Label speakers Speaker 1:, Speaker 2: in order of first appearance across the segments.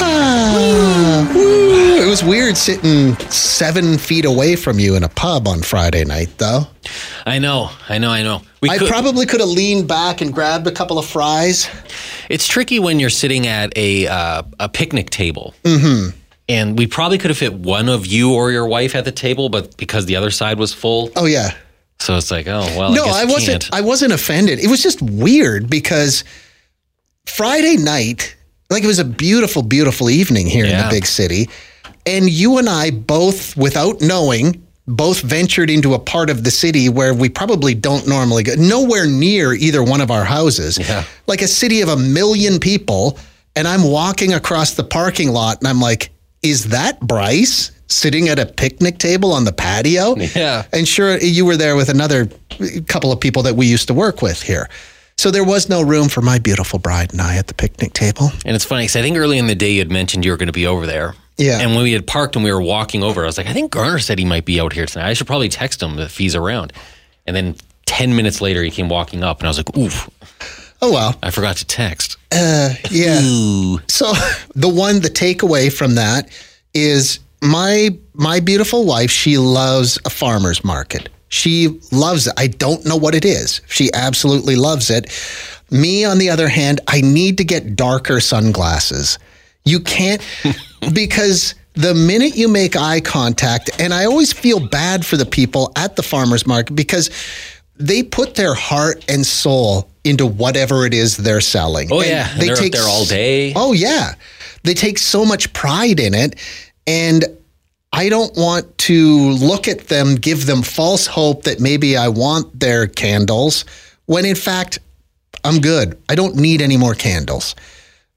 Speaker 1: Woo. It was weird sitting seven feet away from you in a pub on Friday night, though.
Speaker 2: I know, I know, I know. We
Speaker 1: I
Speaker 2: could-
Speaker 1: probably could have leaned back and grabbed a couple of fries.
Speaker 2: it's tricky when you're sitting at a uh, a picnic table. Mm-hmm. And we probably could have fit one of you or your wife at the table, but because the other side was full,
Speaker 1: Oh yeah.
Speaker 2: so it's like, oh well.
Speaker 1: no,
Speaker 2: I, guess
Speaker 1: I wasn't.
Speaker 2: Can't.
Speaker 1: I wasn't offended. It was just weird because Friday night, like it was a beautiful, beautiful evening here in
Speaker 2: Yeah.
Speaker 1: the big city, and you and I both, without knowing, both ventured into a part of the city where we probably don't normally go. Nowhere near either one of our houses.
Speaker 2: Yeah.
Speaker 1: Like a city of a million people, and I'm walking across the parking lot, and I'm like, "Is that Bryce?" Sitting at a picnic table on the patio.
Speaker 2: Yeah.
Speaker 1: And sure, you were there with another couple of people that we used to work with here. So there was no room for my beautiful bride and I at the picnic table.
Speaker 2: And it's funny because I think early in the day you had mentioned you were going to be over there.
Speaker 1: Yeah.
Speaker 2: And when we had parked and we were walking over, I was like, I think Garner said he might be out here tonight. I should probably text him if he's around. And then ten minutes later, he came walking up, and I was like, oof,
Speaker 1: Oh, well.
Speaker 2: I forgot to text.
Speaker 1: Yeah. So the one, the takeaway from that is my my beautiful wife. She loves a farmer's market. She loves it. I don't know what it is. She absolutely loves it. Me, on the other hand, I need to get darker sunglasses. You can't because the minute you make eye contact, and I always feel bad for the people at the farmer's market because they put their heart and soul into whatever it is they're selling.
Speaker 2: Oh, yeah. And they're up there all
Speaker 1: s-
Speaker 2: day.
Speaker 1: Oh yeah, they take so much pride in it, and I don't want to look at them, give them false hope that maybe I want their candles when in fact I'm good. I don't need any more candles.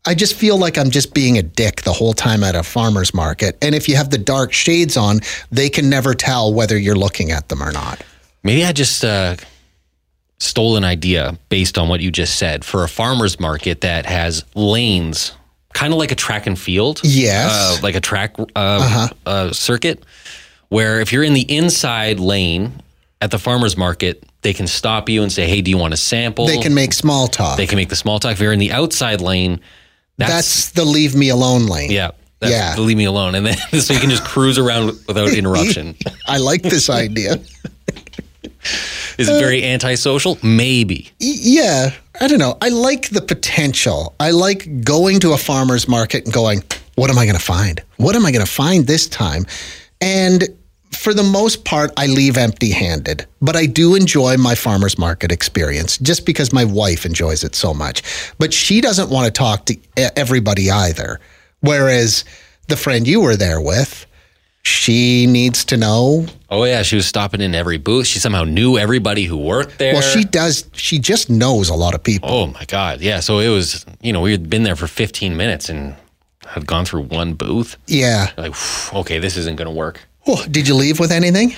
Speaker 1: I just feel like I'm just being a dick the whole time at a farmer's market. And if you have the dark shades on, they can never tell whether you're looking at them or not.
Speaker 2: Maybe I just uh, stole an idea based on what you just said for a farmer's market that has lanes, kind of like a track and field.
Speaker 1: Yes. Uh-huh.
Speaker 2: Uh, like a track uh, uh circuit, where if you're in the inside lane at the farmer's market, they can stop you and say, hey, do you want a sample?
Speaker 1: They can make small talk.
Speaker 2: They can make the small talk. If you're in the outside lane, that's,
Speaker 1: That's the leave me alone lane.
Speaker 2: yeah. That's,
Speaker 1: Yeah.
Speaker 2: Leave me alone. And then so you can just cruise around without interruption.
Speaker 1: I like this idea.
Speaker 2: Is it very antisocial? Maybe.
Speaker 1: yeah, I don't know. I like the potential. I like going to a farmer's market and going, what am I going to find? What am I going to find this time? And for the most part, I leave empty handed, but I do enjoy my farmer's market experience just because my wife enjoys it so much. But she doesn't want to talk to e- everybody either. Whereas the friend you were there with, she needs to know
Speaker 2: Oh yeah, she was stopping in every booth. She somehow knew everybody who worked there.
Speaker 1: Well, she does. She just knows a lot of people.
Speaker 2: Oh my god, yeah. So it was, you know, we had been there for 15 minutes and had gone through one booth.
Speaker 1: Yeah.
Speaker 2: Like, "Phew, okay, this isn't going to work.
Speaker 1: Well, did you leave with anything?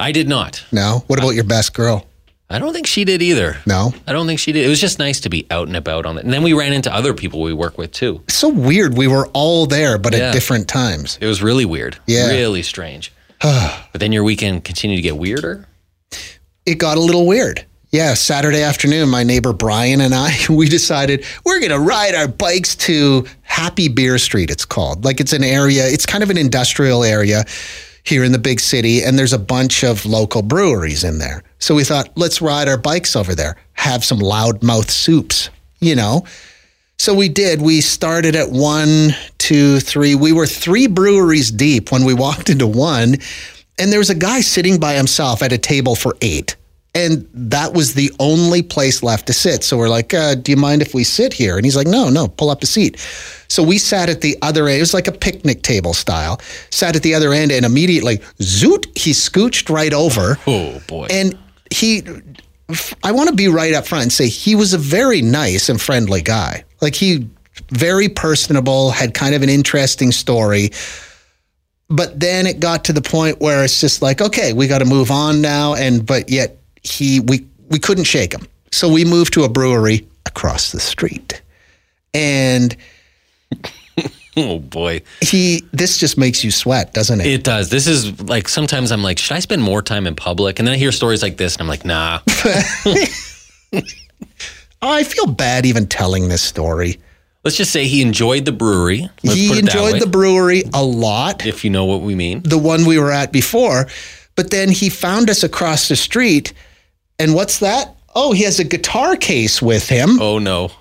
Speaker 2: I did not.
Speaker 1: No. What about your best girl?
Speaker 2: I don't think she did either.
Speaker 1: No.
Speaker 2: I don't think she did. It was just nice to be out and about on it. And then we ran into other people we work with too.
Speaker 1: It's so weird. We were all there, but
Speaker 2: Yeah.
Speaker 1: at different times.
Speaker 2: It was really weird.
Speaker 1: Yeah.
Speaker 2: Really strange. but then your weekend continued to get weirder.
Speaker 1: It got a little weird. Yeah. Saturday afternoon, my neighbor Brian and I, we decided we're going to ride our bikes to Happy Beer Street, it's called. Like it's an area, it's kind of an industrial area here in the big city, and there's a bunch of local breweries in there. So we thought, let's ride our bikes over there, have some loudmouth soups, you know? So we did. We started at one, two, three. We were three breweries deep when we walked into one, and there was a guy sitting by himself at a table for eight. And that was the only place left to sit. So we're like, uh, do you mind if we sit here? And he's like, no, no, pull up a seat. So we sat at the other end. It was like a picnic table style. Sat at the other end and immediately, zoot, he scooched right over.
Speaker 2: Oh boy.
Speaker 1: And he, I want to be right up front and say he was a very nice and friendly guy. Like he, very personable, had kind of an interesting story. But then it got to the point where it's just like, okay, we got to move on now. And but yet he, we we couldn't shake him, so we moved to a brewery across the street, and
Speaker 2: oh boy.
Speaker 1: he. This just makes you sweat, doesn't it?
Speaker 2: It does. This is like sometimes I'm like, should I spend more time in public? And then I hear stories like this, and I'm like, nah.
Speaker 1: I feel bad even telling this story.
Speaker 2: Let's just say he enjoyed the brewery. Let's put
Speaker 1: he
Speaker 2: it that way,
Speaker 1: enjoyed the brewery a lot.
Speaker 2: if you know what we mean.
Speaker 1: the one we were at before. But then he found us across the street. And what's that? Oh, he has a guitar case with him.
Speaker 2: Oh no.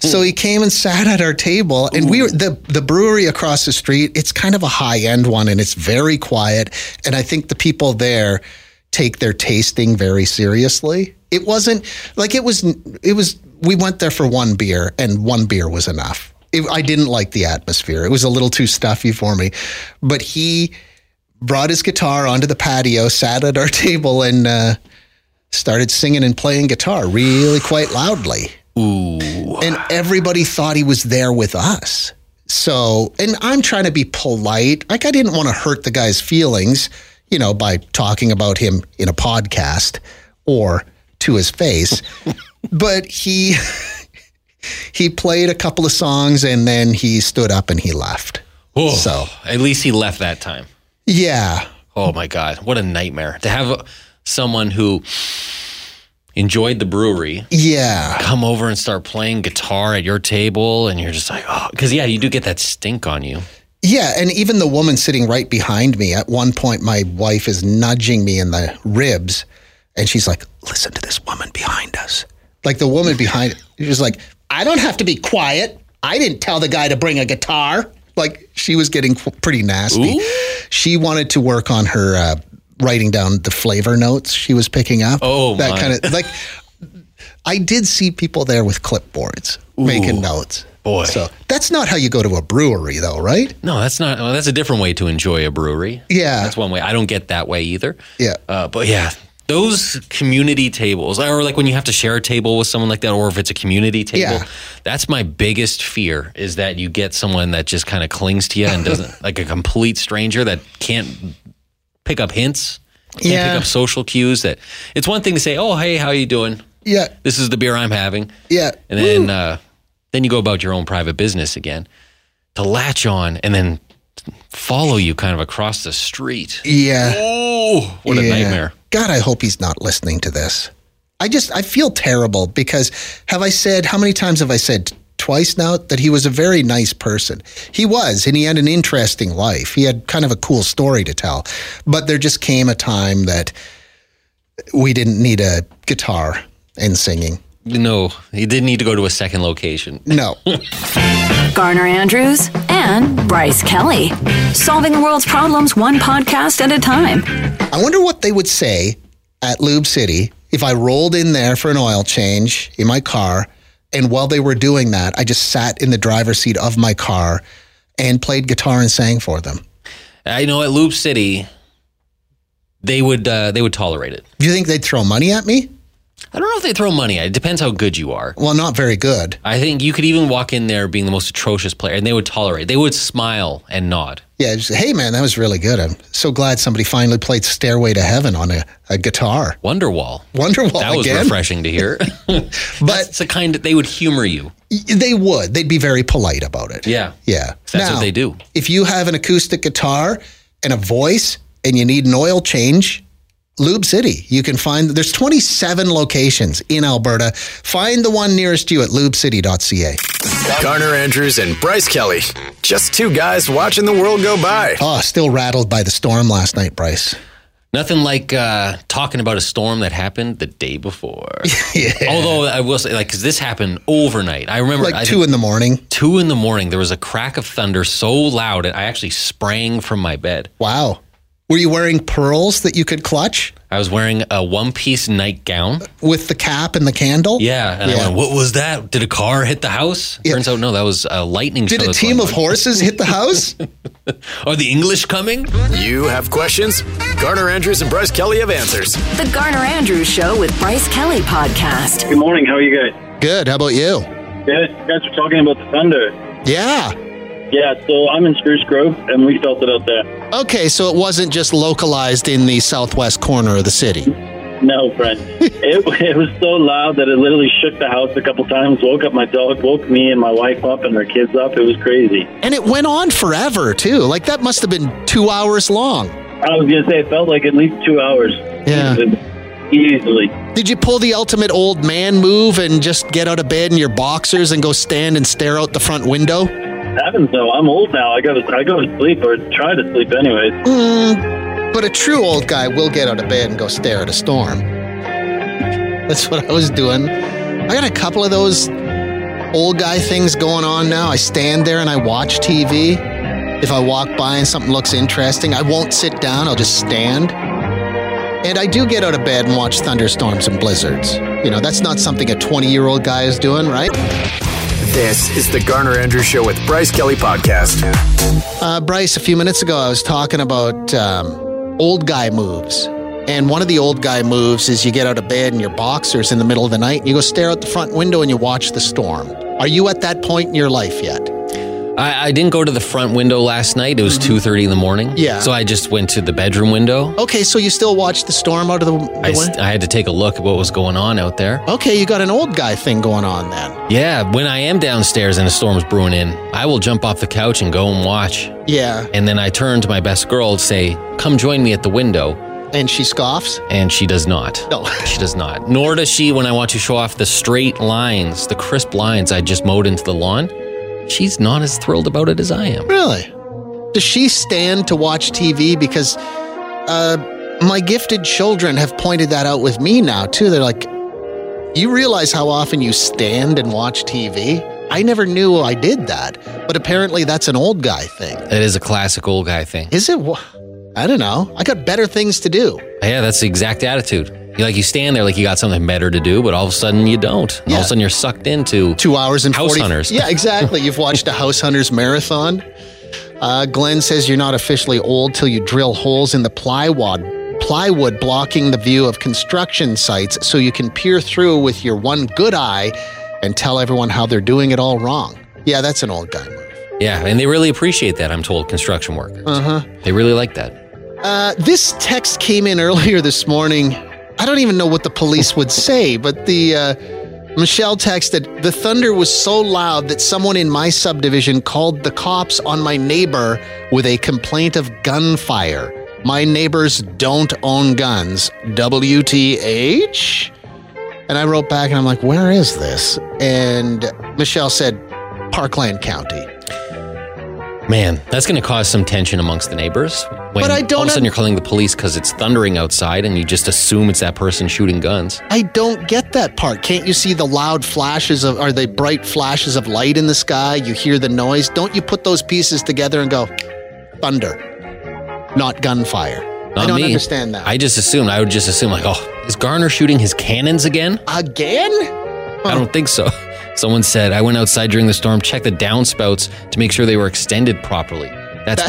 Speaker 1: So he came and sat at our table. And we were the, the brewery across the street, it's kind of a high end one and it's very quiet. And I think the people there take their tasting very seriously. It wasn't like it was, it was, we went there for one beer and one beer was enough. It, I didn't like the atmosphere. It was a little too stuffy for me. But he, brought his guitar onto the patio, sat at our table, and uh, started singing and playing guitar really quite loudly. Ooh. And everybody thought he was there with us. So, and I'm trying to be polite. Like, I didn't want to hurt the guy's feelings, you know, by talking about him in a podcast or to his face. but he. He played a couple of songs and then he stood up and he left.
Speaker 2: Oh,
Speaker 1: So-
Speaker 2: at least he left that time.
Speaker 1: Yeah.
Speaker 2: Oh my god, what a nightmare to have uh, someone who enjoyed the brewery
Speaker 1: Yeah.
Speaker 2: come over and start playing guitar at your table, and you're just like, oh, because yeah, you do get that stink on you.
Speaker 1: Yeah, and even the woman sitting right behind me, at one point, my wife is nudging me in the ribs, and she's like, Listen to this woman behind us. Like the woman behind, she's like, I don't have to be quiet. I didn't tell the guy to bring a guitar. Like she was getting qu- pretty nasty. She wanted to work on her uh, writing down the flavor notes she was picking up.
Speaker 2: Oh,
Speaker 1: that
Speaker 2: my.
Speaker 1: kind of like. I did see people there with clipboards making notes.
Speaker 2: boy.
Speaker 1: so that's not how you go to a brewery, though, right?
Speaker 2: No, that's not. Well, that's a different way to enjoy a brewery.
Speaker 1: Yeah.
Speaker 2: that's one way. I don't get that way either.
Speaker 1: Yeah.
Speaker 2: uh, but yeah, those community tables, or like when you have to share a table with someone like that, or if it's a community table,
Speaker 1: Yeah.
Speaker 2: that's my biggest fear is that you get someone that just kind of clings to you and doesn't like a complete stranger that can't pick up hints, can't
Speaker 1: Yeah.
Speaker 2: pick up social cues. That it's one thing to say, "Oh, hey, how you doing?
Speaker 1: Yeah,
Speaker 2: This is the beer I'm having."
Speaker 1: yeah,
Speaker 2: and then uh, then you go about your own private business again to latch on and then follow you kind of across the street.
Speaker 1: yeah.
Speaker 2: Oh, what a
Speaker 1: yeah.
Speaker 2: nightmare!
Speaker 1: God, I hope he's not listening to this. I just I feel terrible because have I said how many times have I said twice now that he was a very nice person. He was, and he had an interesting life. He had kind of a cool story to tell. But there just came a time that we didn't need a guitar and singing.
Speaker 2: No, you didn't need to go to a second location.
Speaker 1: No.
Speaker 3: Garner Andrews and Bryce Kelly. Solving the world's problems one podcast at a time.
Speaker 1: I wonder what they would say at Lube City if I rolled in there for an oil change in my car. And while they were doing that, I just sat in the driver's seat of my car and played guitar and sang for them.
Speaker 2: I know at Loop City, they would uh, they would tolerate it.
Speaker 1: Do you think they'd throw money at me?
Speaker 2: I don't know if they throw money at it. It depends how good you are.
Speaker 1: Well, not very good.
Speaker 2: I think you could even walk in there being the most atrocious player, and they would tolerate. it. They would smile and nod.
Speaker 1: Yeah, just, hey man, that was really good. I'm so glad somebody finally played Stairway to Heaven on a, a guitar.
Speaker 2: Wonderwall.
Speaker 1: Wonderwall
Speaker 2: That was
Speaker 1: again.
Speaker 2: refreshing to hear.
Speaker 1: But
Speaker 2: it's the kind that they would humor you.
Speaker 1: they would. They'd be very polite about it.
Speaker 2: Yeah.
Speaker 1: Yeah.
Speaker 2: That's what they do.
Speaker 1: If you have an acoustic guitar and a voice and you need an oil change, Lube City. You can find there's 27 locations in Alberta. Find the one nearest you at lubecity.ca.
Speaker 4: Garner Andrews and Bryce Kelly. Just two guys watching the world go by.
Speaker 1: Oh, still rattled by the storm last night, Bryce.
Speaker 2: Nothing like uh, talking about a storm that happened the day before. Although I will say, like, because this happened overnight. I remember
Speaker 1: Like
Speaker 2: I
Speaker 1: two in the morning.
Speaker 2: two in the morning. There was a crack of thunder so loud, and I actually sprang from my bed.
Speaker 1: Wow. Were you wearing pearls that you could clutch
Speaker 2: I was wearing a one piece nightgown.
Speaker 1: with the cap and the candle?
Speaker 2: Yeah. And
Speaker 1: Yeah.
Speaker 2: I went, what was that? Did a car hit the house? Turns out, no, that was a lightning
Speaker 1: Did
Speaker 2: show
Speaker 1: a
Speaker 2: that's
Speaker 1: team of
Speaker 2: going on.
Speaker 1: horses hit the house?
Speaker 2: Are the English coming?
Speaker 4: You have questions? Garner Andrews and Bryce Kelly have answers.
Speaker 3: The Garner Andrews Show with Bryce Kelly Podcast.
Speaker 5: Good morning. How are you guys?
Speaker 1: Good. How about you?
Speaker 5: Yeah, you guys were talking about the thunder.
Speaker 1: Yeah.
Speaker 5: Yeah, so I'm in Spruce Grove, and we felt it out there.
Speaker 1: Okay, so it wasn't just localized in the southwest corner of the city.
Speaker 5: No, friend. it, it was so loud that it literally shook the house a couple times, woke up my dog, woke me and my wife up and our kids up. It was crazy.
Speaker 1: And it went on forever, too. Like, that must have been two hours long.
Speaker 5: I was going to say it felt like at least two hours.
Speaker 1: Yeah.
Speaker 5: Easily.
Speaker 1: Did you pull the ultimate old man move and just get out of bed in your boxers and go stand and stare out the front window?
Speaker 5: Happens though. I'm old now. I go to, I go to sleep or try to sleep anyways.
Speaker 1: Mm, but a true old guy will get out of bed and go stare at a storm. That's what I was doing. I got a couple of those old guy things going on now. I stand there and I watch TV. If I walk by and something looks interesting, I won't sit down, I'll just stand. And I do get out of bed and watch thunderstorms and blizzards. You know, that's not something a 20 year old guy is doing, right?
Speaker 4: This is the Garner Andrews Show with Bryce Kelly Podcast.
Speaker 1: Uh, Bryce, a few minutes ago, I was talking about um, old guy moves. And one of the old guy moves is you get out of bed in your boxers in the middle of the night and you go stare out the front window and you watch the storm. Are you at that point in your life yet?
Speaker 2: I, I didn't go to the front window last night. It was two thirty in the morning.
Speaker 1: Mm-hmm. Yeah. Oh,
Speaker 2: So I just went to the bedroom window.
Speaker 1: Okay, so you still watch the storm out of the, the
Speaker 2: I, s-
Speaker 1: win-
Speaker 2: I had to take a look at what was going on out there.
Speaker 1: Okay, you got an old guy thing going on then.
Speaker 2: Yeah, when I am downstairs and a storm's brewing in, I will jump off the couch and go and watch.
Speaker 1: Yeah.
Speaker 2: And then I turn to my best girl to say, "Come join me at the window,"
Speaker 1: And she scoffs.
Speaker 2: and she does not.
Speaker 1: No.
Speaker 2: She does not. Nor does she when I want to show off the straight lines, the crisp lines I just mowed into the lawn. She's not as thrilled about it as I am.
Speaker 1: Really? Does she stand to watch TV? Because uh, my gifted children have pointed that out with me now, too. They're like, you realize how often you stand and watch TV? I never knew I did that, but apparently that's an old guy thing.
Speaker 2: That is a classic old guy thing.
Speaker 1: Is it? Wha- I don't know. I got better things to do.
Speaker 2: Yeah, that's the exact attitude. You like you stand there like you got something better to do, but all of a sudden you don't. And All
Speaker 1: Yeah.
Speaker 2: of a sudden you're sucked into.
Speaker 1: Two hours and
Speaker 2: House
Speaker 1: 40
Speaker 2: hunters.
Speaker 1: Yeah, exactly. You've watched a House Hunters marathon. Uh, Glenn says you're not officially old till you drill holes in the plywood, plywood blocking the view of construction sites, so you can peer through with your one good eye and tell everyone how they're doing it all wrong. Yeah, that's an old guy move.
Speaker 2: Yeah, and they really appreciate that. I'm told construction workers.
Speaker 1: Uh-huh.
Speaker 2: Uh huh. They really like that.
Speaker 1: Uh, this text came in earlier this morning. I don't even know what the police would say, but the uh, Michelle texted, "The thunder was so loud that someone in my subdivision called the cops on my neighbor with a complaint of gunfire. My neighbors don't own guns. WTH?" And I wrote back and I'm like, "Where is this?" And Michelle said, "Parkland County."
Speaker 2: Man, that's going to cause some tension amongst the neighbors. When
Speaker 1: But I don't
Speaker 2: All of
Speaker 1: un-
Speaker 2: a sudden, you're calling the police because it's thundering outside, and you just assume it's that person shooting guns.
Speaker 1: I don't get that part. Can't you see the loud flashes of, or the bright flashes of light in the sky? You hear the noise. Don't you put those pieces together and go, thunder, not gunfire?
Speaker 2: Not
Speaker 1: I don't
Speaker 2: me.
Speaker 1: understand that.
Speaker 2: I just assumed. I would just assume like, oh, is Garner shooting his cannons again?
Speaker 1: Again?
Speaker 2: I don't think so. Someone said, I went outside during the storm, checked the downspouts to make sure they were extended properly. That's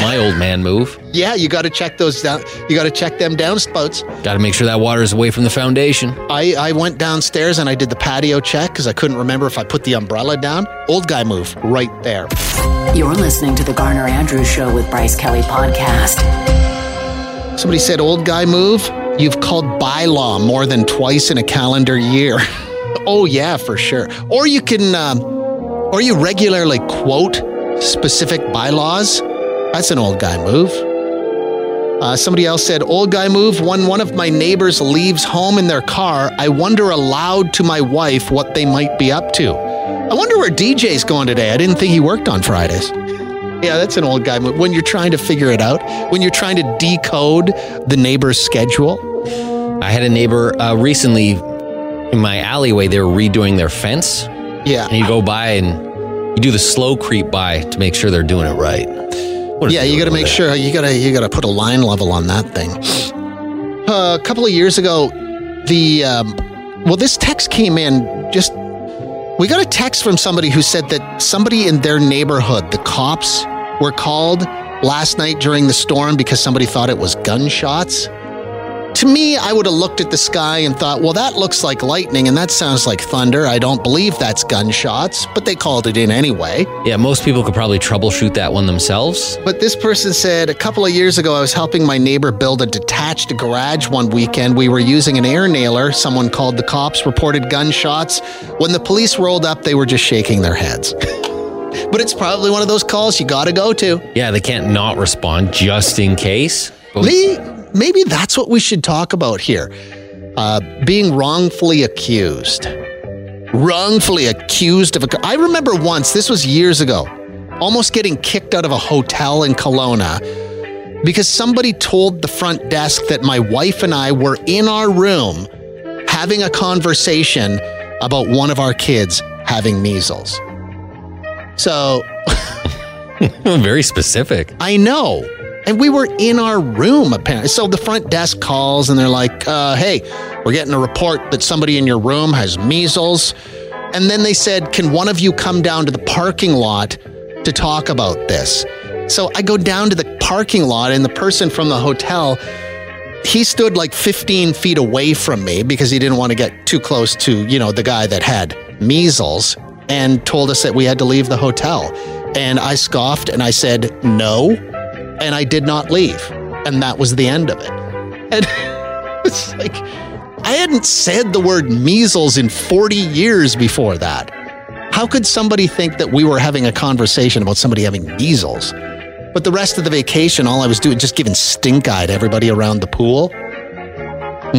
Speaker 2: my old man move.
Speaker 1: Yeah, you got to check those down. You got to check them downspouts.
Speaker 2: Got to make sure that water is away from the foundation.
Speaker 1: I, I went downstairs and I did the patio check because I couldn't remember if I put the umbrella down. Old guy move right there.
Speaker 3: You're listening to The Garner Andrews Show with Bryce Kelly Podcast.
Speaker 1: Somebody said, old guy move. You've called bylaw more than twice in a calendar year. oh, yeah, for sure. Or you can, um, or you regularly quote specific bylaws. That's an old guy move. Uh, somebody else said, old guy move. When one of my neighbors leaves home in their car, I wonder aloud to my wife what they might be up to. I wonder where DJ's going today. I didn't think he worked on Fridays. Yeah, that's an old guy move. When you're trying to figure it out, when you're trying to decode the neighbor's schedule.
Speaker 2: I had a neighbor uh, recently in my alleyway, they were redoing their fence. And
Speaker 1: Yeah.
Speaker 2: you go by and you do the slow creep by to make sure they're doing it right. What are
Speaker 1: yeah,
Speaker 2: they
Speaker 1: you got to
Speaker 2: doing
Speaker 1: make
Speaker 2: with
Speaker 1: sure you got to you got to put a line level on that thing. Uh, a couple of years ago, the um, well, this text came in. Just we got a text from somebody who said that somebody in their neighborhood, the cops, were called last night during the storm because somebody thought it was gunshots. To me, I would have looked at the sky and thought, well, that looks like lightning and that sounds like thunder. I don't believe that's gunshots, but they called it in anyway.
Speaker 2: that? Yeah, most people could probably troubleshoot that one themselves.
Speaker 1: But this person said a couple of years ago, I was helping my neighbor build a detached garage one weekend. We were using an air nailer. Someone called the cops, reported gunshots. When the police rolled up, they were just shaking their heads. but it's probably one of those calls you got to go to.
Speaker 2: Yeah, they can't not respond just in case. But we-
Speaker 1: Lee, maybe that's what we should talk about here uh, being wrongfully accused. Wrongfully accused of a. I remember once, this was years ago, almost getting kicked out of a hotel in Kelowna because somebody told the front desk that my wife and I were in our room having a conversation about one of our kids having measles. So
Speaker 2: Very specific.
Speaker 1: I know. And we were in our room, apparently. So the front desk calls and they're like, uh, hey, we're getting a report that somebody in your room has measles. And then they said, can one of you come down to the parking lot to talk about this? So I go down to the parking lot, and the person from the hotel, he stood like 15 feet away from me because he didn't want to get too close to, you know, the guy that had measles and told us that we had to leave the hotel. And I scoffed and I said, no. And I did not leave. And that was the end of it. And it's like, I hadn't said the word measles in 40 years before that. How could somebody think that we were having a conversation about somebody having measles? But the rest of the vacation, all I was doing, just giving stink eye to everybody around the pool,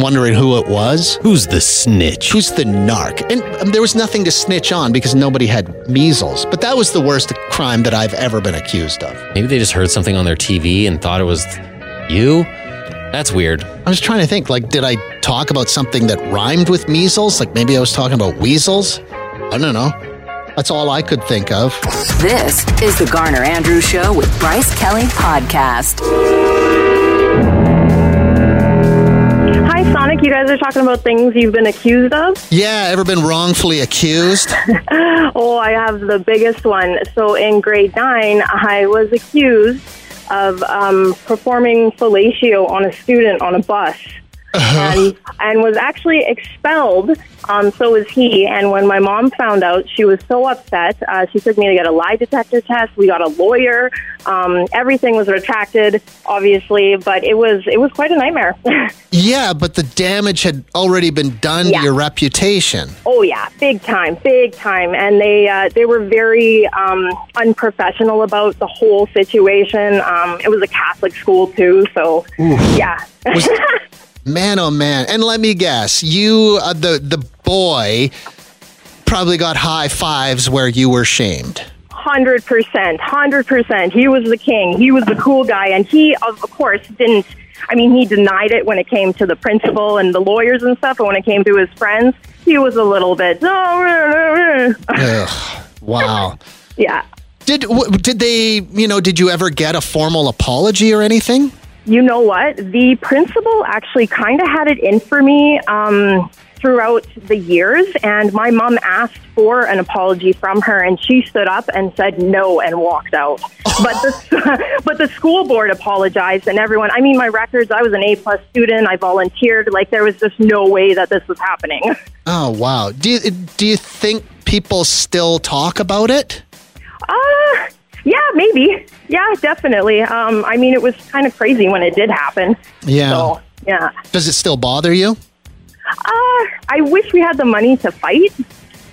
Speaker 1: wondering who it was.
Speaker 2: Who's the snitch?
Speaker 1: Who's the narc? And um, there was nothing to snitch on because nobody had measles. But that was the worst crime that I've ever been accused of.
Speaker 2: Maybe they just heard something on their TV and thought it was you. That's weird.
Speaker 1: I was trying to think, like, did I talk about something that rhymed with measles? Like, maybe I was talking about weasels? I don't know. That's all I could think of.
Speaker 3: This is the Garner Andrews Show with Bryce Kelly Podcast.
Speaker 6: Hi, Sonic. You guys are talking about things you've been accused of.
Speaker 1: Yeah, ever been wrongfully accused?
Speaker 6: Oh, I have the biggest one. So in grade nine, I was accused of um, performing fellatio on a student on a bus. And, and was actually expelled. Um, so was he. And when my mom found out, she was so upset. Uh, she took me to get a lie detector test. We got a lawyer. Um, everything was retracted, obviously, but it was it was quite a nightmare.
Speaker 1: yeah, but the damage had already been done
Speaker 6: Yeah.
Speaker 1: to your reputation.
Speaker 6: Oh yeah, big time, big time, and they uh, they were very um, unprofessional about the whole situation. Um, it was a Catholic school too, so yeah,
Speaker 1: Man, oh man! And let me guess, you, uh, the the boy, probably got high fives where you were shamed.
Speaker 6: hundred percent, hundred percent. He was the king, he was the cool guy, and he of course didn't. I mean, he denied it when it came to the principal and the lawyers and stuff, but when it came to his friends, he was a little bit. oh,
Speaker 1: Ugh, wow.
Speaker 6: yeah,
Speaker 1: Did w- did they? You know, did you ever get a formal apology or anything?
Speaker 6: You know what? The principal actually kind of had it in for me um, throughout the years, and my mom asked for an apology from her, and she stood up and said no and walked out. but the but the school board apologized, and everyone. I mean, my records. I was an A plus student. I volunteered. Like there was just no way that this was happening.
Speaker 1: Oh wow. Do you, do you think people still talk about it?
Speaker 6: Uh, yeah, maybe. Yeah, definitely. Um, I mean, it was kind of crazy when it did happen.
Speaker 1: Yeah.
Speaker 6: So yeah.
Speaker 1: Does it still bother you?
Speaker 6: Uh, I wish we had the money to fight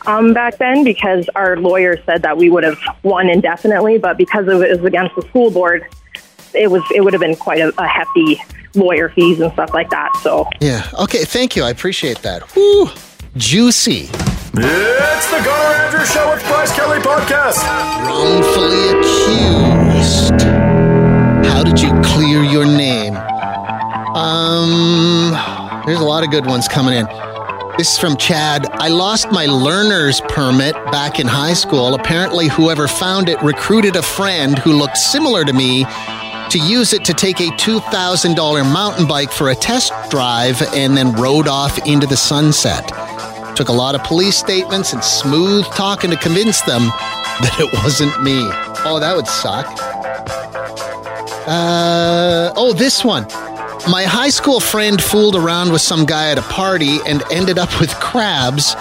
Speaker 6: um, back then because our lawyer said that we would have won indefinitely, but because of it was against the school board, it was it would have been quite a, a hefty lawyer fees and stuff like that. So
Speaker 1: Yeah. Okay. Thank you. I appreciate that. Whew. Juicy.
Speaker 4: It's the Garner Andrews Show with Bryce Kelly Podcast.
Speaker 1: Wrongfully accused. How did you clear your name? Um, there's a lot of good ones coming in. This is from Chad. I lost my learner's permit back in high school. Apparently, whoever found it recruited a friend who looked similar to me to use it to take a $2,000 mountain bike for a test drive and then rode off into the sunset. Took a lot of police statements and smooth talking to convince them that it wasn't me. Oh, that would suck. Uh, oh, this one. My high school friend fooled around with some guy at a party and ended up with crabs.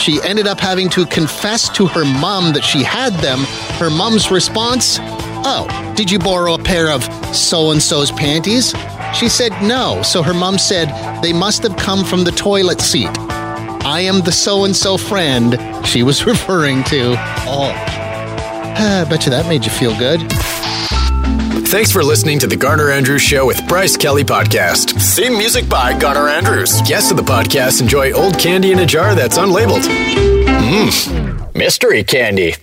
Speaker 1: She ended up having to confess to her mom that she had them. Her mom's response, Oh, did you borrow a pair of so and so's panties? She said no, so her mom said they must have come from the toilet seat. I am the so and so friend she was referring to. Oh, I bet you that made you feel good.
Speaker 4: Thanks for listening to the Garner Andrews Show with Bryce Kelly Podcast. Theme music by Garner Andrews. Guests of the podcast enjoy old candy in a jar that's unlabeled. Mmm, Hmm. mystery candy.